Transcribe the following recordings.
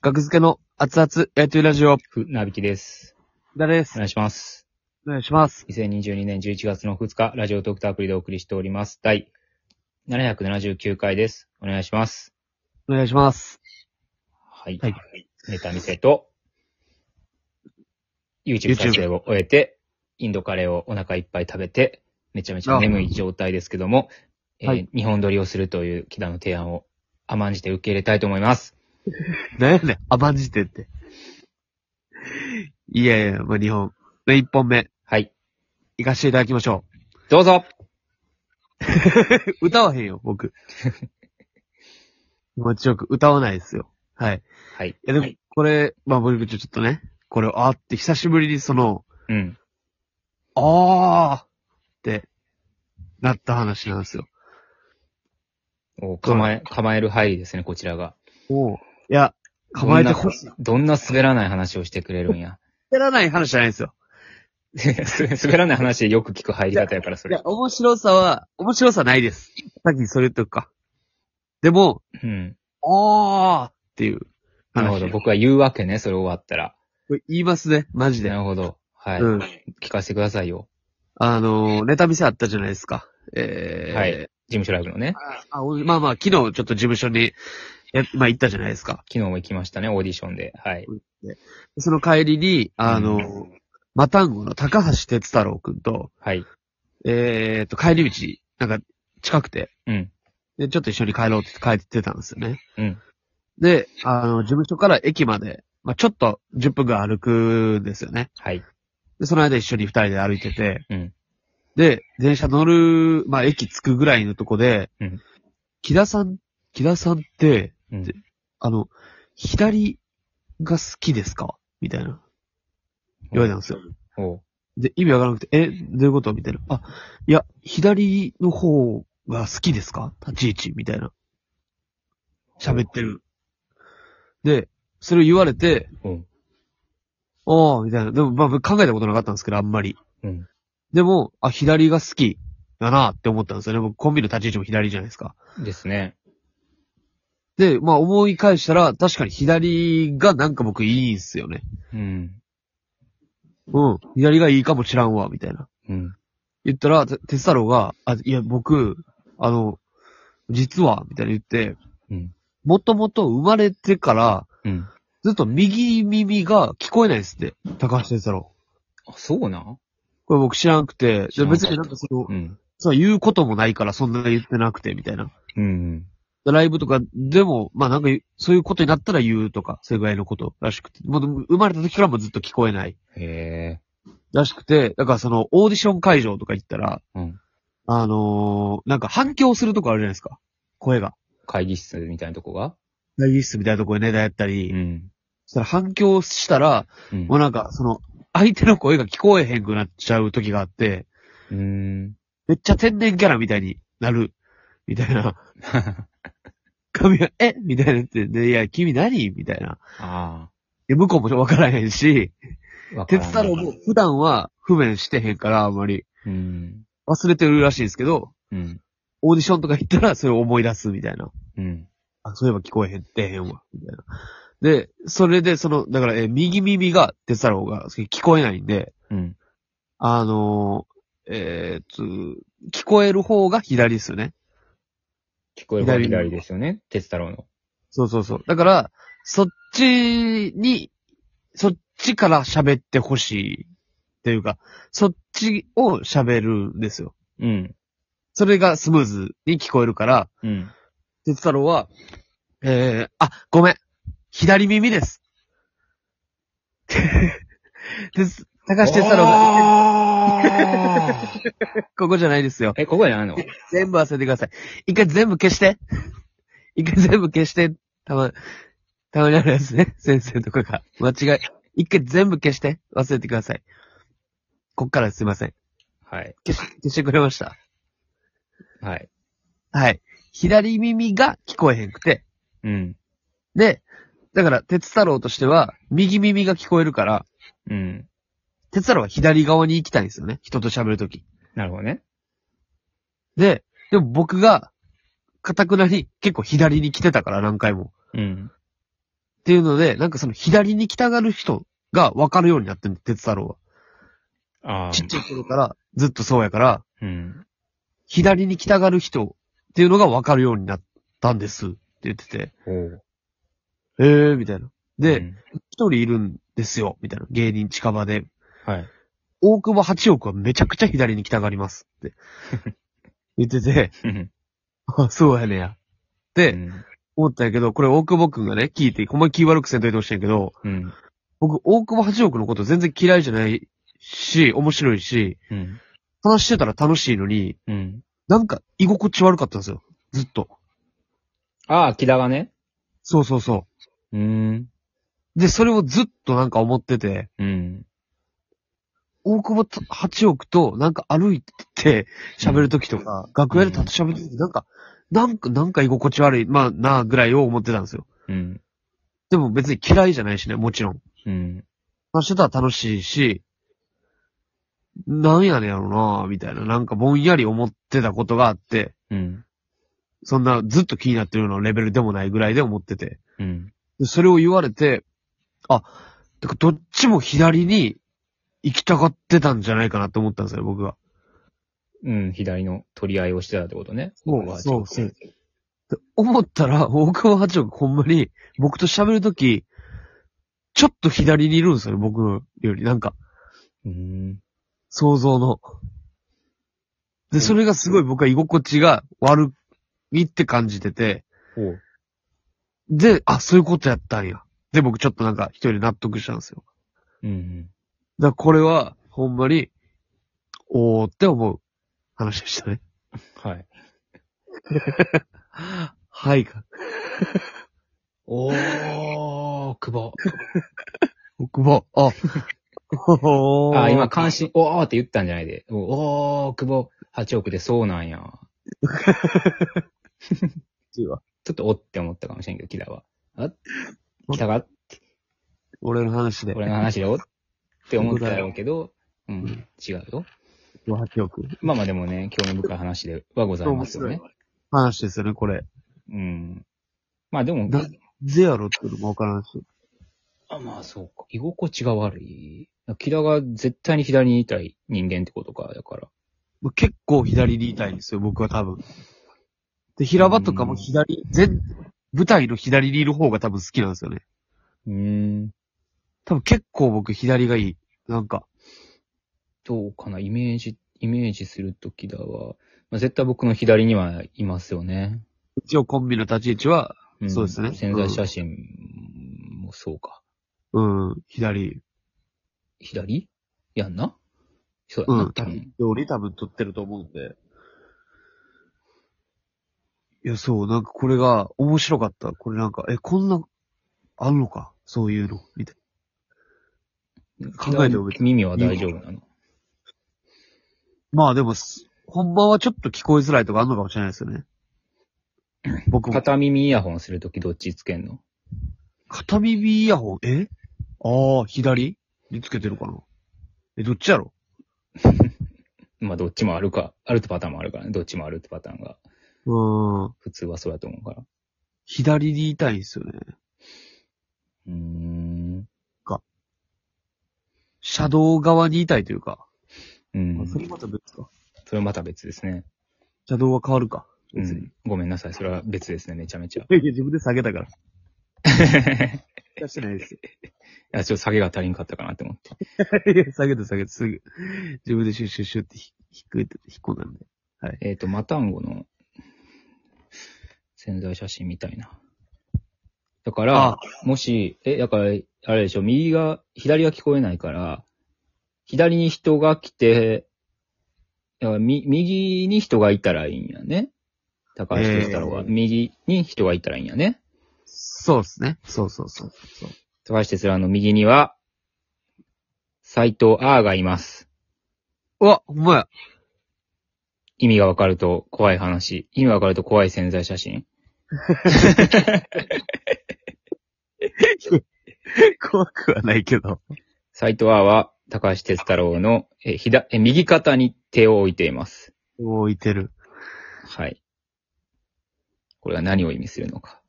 学付けの熱々やりとりラジオ、ふ、なびきです。だですお。願いします。お願いします。 2022年11月の2日、ラジオトークタークリでお送りしております。第779回です。お願いします。お願いします。はい。はいネタ見せと、YouTube 撮影を終えて、インドカレーをお腹いっぱい食べて、めちゃめちゃ眠い状態ですけども、えーはい日本撮りをするという木田の提案を甘んじて受け入れたいと思います。なんやねん、甘んじてって。いやいや、まあ、日本。で、一本目、はい。行かせていただきましょどうぞ う。歌わへんよ、 僕。気持ちよく歌わないですよ。はい。いはい。や、でもはい、これ、まあ、僕ちょっとね、これ、あーって久しぶりにその、うん。あーって、なった話なんですよ。お構え、構える範囲ですね、こちらが。おういや、構えてほしい。どんな滑らない話をしてくれるんや。 やらない話じゃないんですよ。滑らない話でよく聞く入り方やから、そいやれ。、面白さは、面白さないです。さっきそれ言っとくか。でも、うん。あーっていうなるほ話。ど。僕は言うわけね、それ終わったら。これ言いますね、マジで。なるほど。はい。うん。聞かせてくださいよ。あのー、ネタ見せあったじゃないですか。えー、はい事務所ライブのね。あおまあまあ、昨日ちょっと事務所に、えまあ行ったじゃないですか。昨日も行きましたね、オーディションで。はい。その帰りに、あのー、マタンゴの高橋哲太郎くんと、はい。えーと、帰り道、なんか、近くて、うん。で、ちょっと一緒に帰ろうって帰ってたんですよね。うん。で、あの、事務所から駅まで、まあ、ちょっと10分ぐらい歩くんですよね。はい。で、その間一緒に二人で歩いてて、うん。で、電車乗る、まあ、駅着くぐらいのとこで、うん木田さん、木田さんって、うんであの、左が好きですかみたいな。言われたんですよ。おうで、意味わからなくて、え、どういうことみたいな。あ、いや、左の方が好きですか立ち位置みたいな。喋ってる。で、それを言われて、うん。おー、みたいな。でも、まあ、考えたことなかったんですけど、あんまり。うん。でも、あ、左が好きだなって思ったんですよね。僕、コンビの立ち位置も左じゃないですか。ですね。で、まあ、思い返したら、確かに左がなんか僕いいんすよね。うん。うん。左がいいかもしらんわ、みたいな。うん。言ったら、てつ太郎が、あ、いや、僕、あの、実は、みたいな言って、うん。もともと生まれてから、うん。ずっと右耳が聞こえないですって。高橋哲太郎。あ、そうなんこれ僕知らんくて、知らんかっ別たになんかそのう、ん。そう言うこともないから、そんな言ってなくて、みたいな。うん。ライブとかでも、まあなんか、そういうことになったら言うとか、そういうぐらいのことらしくて。もうでも生まれた時からもずっと聞こえない。へえ。らしくて、だからその、オーディション会場とか行ったら、うん。あのーなんか反響するとこあるじゃないですか。声が。会議室みたいなとこが会議室みたいなとこでネタやったり、うん。そしたら反響したら、うんもうなんか、その、相手の声が聞こえへんくなっちゃう時があって、うん。 めっちゃ天然キャラみたいになる、みたいな。髪が、えみたいなって、で、いや、君何みたいな。あで、向こうも分からへんし、あ。わから鉄ん太郎も普段は不便してへんから、あんまり。うん。忘れてるらしいんですけど、うん。オーディションとか行ったらそれを思い出すみたいな。うん。あ、そういえば聞こえへんってへんわ、みたいな。で、それで、その、だから、えー右耳が、鉄太郎が聞こえないんで、うん。あのーえーっと、聞こえる方が左ですよね。聞こえる方が左ですよね。鉄太郎の。そうそうそう。だから、そっちに、そっちから喋ってほしい。っていうか、そっちを喋るんですよ。うん。それがスムーズに聞こえるから、うん。哲太郎は、えー、あ、ごめん。左耳です。 哲高橋哲太郎が、ここじゃないですよ。 え、ここじゃないの全部忘れてください。一回全部消して。一回全部消して。たま、たまにあるやつね。先生とかが。間違い。一回全部消して。忘れてください。こっからすいません。はい。消し、消してくれました。はい。はい。左耳が聞こえへんくて。うん。で、だから、鉄太郎としては、右耳が聞こえるから、うん。鉄太郎は左側に行きたいんですよね。人と喋るとき。なるほどね。で、でも僕が、かたくなに結構左に来てたから何回も。うん。っていうので、なんかその左に来たがる人が分かるようになってんの、鉄太郎あは。あ。ちっちゃい頃からずっとそうやから、うん。左に来たがる人っていうのが分かるようになったんですって言ってて、おうえー、みたいな。うで、ん一、人いるんですよ、みたいな。芸人近場で。はい。 大久保八億はめちゃくちゃ左に来たがります って言ってて、うんあ、そうやねや。って思ったんやけど、これ大久保くんがね、聞いて、ほんまに気悪くせんといてほしいんやけど、うん。僕、大久保八億のこと全然嫌いじゃないし、面白いし、うん。話してたら楽しいのに、うん。なんか居心地悪かったんですよ。ずっと。ああ、木田がね。そうそうそうーん。う。で、それをずっとなんか思ってて、うん。大久保八億となんか歩いて喋るときとか、楽屋で立って喋るとき、なんか、なんか、なんか居心地悪い、まあなあぐらいを思ってたんですよ。うん。でも別に嫌いじゃないしね、もちろん。うん。話してたら楽しいし、なんやねんやろなみたいな、なんかぼんやり思ってたことがあって、うん。そんなずっと気になってるようなレベルでもないぐらいで思ってて。うん。でそれを言われて、あ、だからどっちも左に行きたがってたんじゃないかなと思ったんですよ、僕が。うん。左の取り合いをしてたってことね。そうそうそうで思ったら、大久保八億ほんまに僕と喋るとき、ちょっと左にいるんですよね、僕より。なんか、うん。想像の。で、それがすごい僕は居心地が悪いって感じてて、おう。で、あ、そういうことやったんや。で、僕ちょっとなんか一人で納得したんですよ。うん。だからこれは、ほんまに、おーって思う話でしたね。はい。はいか。おー、久保。奥歯。あ、おー あ、今、関心、おーって言ったんじゃないで。おー、久保、8億でそうなん や。いいわちょっとおって思ったかもしれんけど、キラは。あキラが、俺の話で。俺の 話でおって思ったやろうけど、うん、違うよ。は8億。まあまあでもね、興味深い話ではございますよね。話ですよね、これ。うん。まあでも、なゼアロっていうのもわからんし。あまあそうか。居心地が悪い。キラが絶対に左にいたい人間ってことか、だから。もう結構左にいたいんですよ、僕は多分。で、平場とかも左、全、舞台の左にいる方が多分好きなんですよね。うーん。多分結構僕左がいい。なんか、どうかな、イメージ、イメージするときだわ。まあ、絶対僕の左にはいますよね。一応コンビの立ち位置は、んそうですね潜在写真もそうか。うん、左。左やんなそうやうな、ん、多多分分、より多分撮ってると思うんで。いや、そう、なんかこれが面白かった。これなんか、え、こんな、あんのかそういうのみたい考えても別耳は大丈夫なの。な。まあでも、すほんまはちょっと聞こえづらいとかあんのかもしれないですよね。僕も。片耳イヤホンするときどっちつけんの片耳イヤホン、えああ、左につけてるかなえ、どっちやろまあどっちもあるか、あるってパターンもあるからね。どっちもあるってパターンが。うーん。普通はそうやと思うから。左にいたいんですよね。うーん。車道側にいたいというか。うん。それまた別か。それまた別ですね。車道は変わるか。う別に。ん。ごめんなさい。それは別ですね。めちゃめ ちゃ。いやいや自分で下げたから。い出してないです よ。や、ちょっと下げが足りんかったかなって思って。いや下げて下げて、すぐ。自分でシュッシュッシュッってひひっくり、引っこなんで。えっ、と、マタンゴの潜在写真みたいな。だから、あもし、え、だから、あれでしょ、右が、左が聞こえないから、左に人が来て、だからみ右に人がいたらいいんやね。高橋哲太郎は、えー右に人がいたらいいんやね。そうですね。そうそうそうそう。高橋哲郎の右には、斎藤 R がいます。うわ、ほんまや。意味がわかると怖い話。意味がわかると怖い潜在写 真。怖くはないけど。斎藤 R は、高橋哲太郎の、え、ひだ、え、右肩に手を置いています。置いてる。 はい。これは何を意味するのか。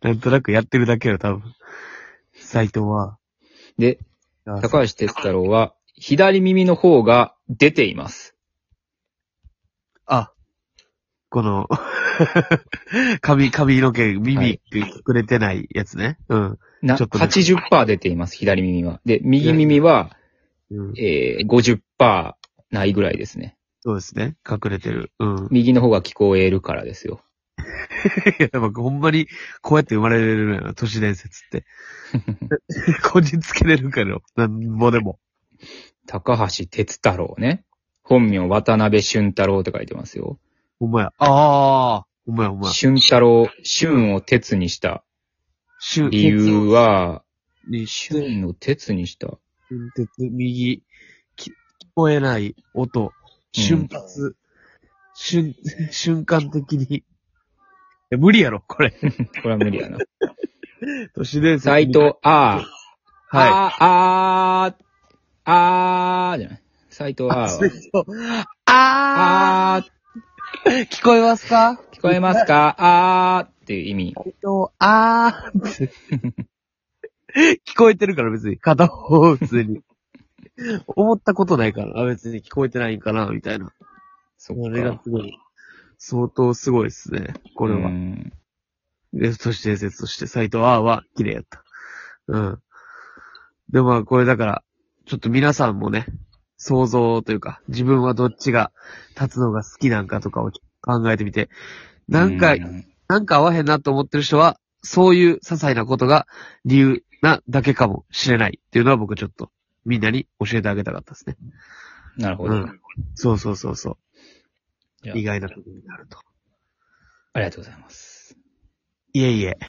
なんとなくやってるだけよ、多分。斎藤は。で、あ高橋哲太郎は、左耳の方が出ています。あ、この、 髪、髪の毛、耳くれてないやつね。うん。な、ちょっとね80%出ています、左耳は。で、右耳は、うん、えー、50%ないぐらいですね。そうですね。隠れてる。うん。 右の方が聞こえるからですよ。いや、でもほんまに、こうやって生まれるのよな、都市伝説って。 こじつけれるからよ。なんぼでも。高橋哲太郎ね。本名渡辺俊太郎って書いてますよ。ほんまや。ああほんまやほんまや。俊太郎、俊を鉄にしたシュン理由は、にして、俊を鉄にした。瞬鉄、右、き聞こえない音、瞬発、瞬、 瞬間的に。いや無理やろ、これ。これは無理 やな。都市伝説。斎藤、あー、はい。あー、あー、あー、じゃない。斎藤あー斉は。藤ああー聞こえますかー、聞こえますかかあーっていう意味。斉藤あーって。 聞こえてるから別に。片方普通に。思ったことないから、あ別に聞こえてないんかな、みたいな。そこっれがか。すごい。相当すごいですね。これはう。んで、都市伝説として、斎藤アーは綺麗やった。うん。でもまあこれだから、ちょっと皆さんもね、想像というか、自分はどっちが立つのが好きなんかとかを考えてみて、なんか、うんなんか合わへんなと思ってる人は、そういう些細なことが理由なだけかもしれないっていうのは僕ちょっとみんなに教えてあげたかったですね。なるほうど。ん。そうそうそうそ。いうや意外なことになると。ありがとうございます。いえいえ。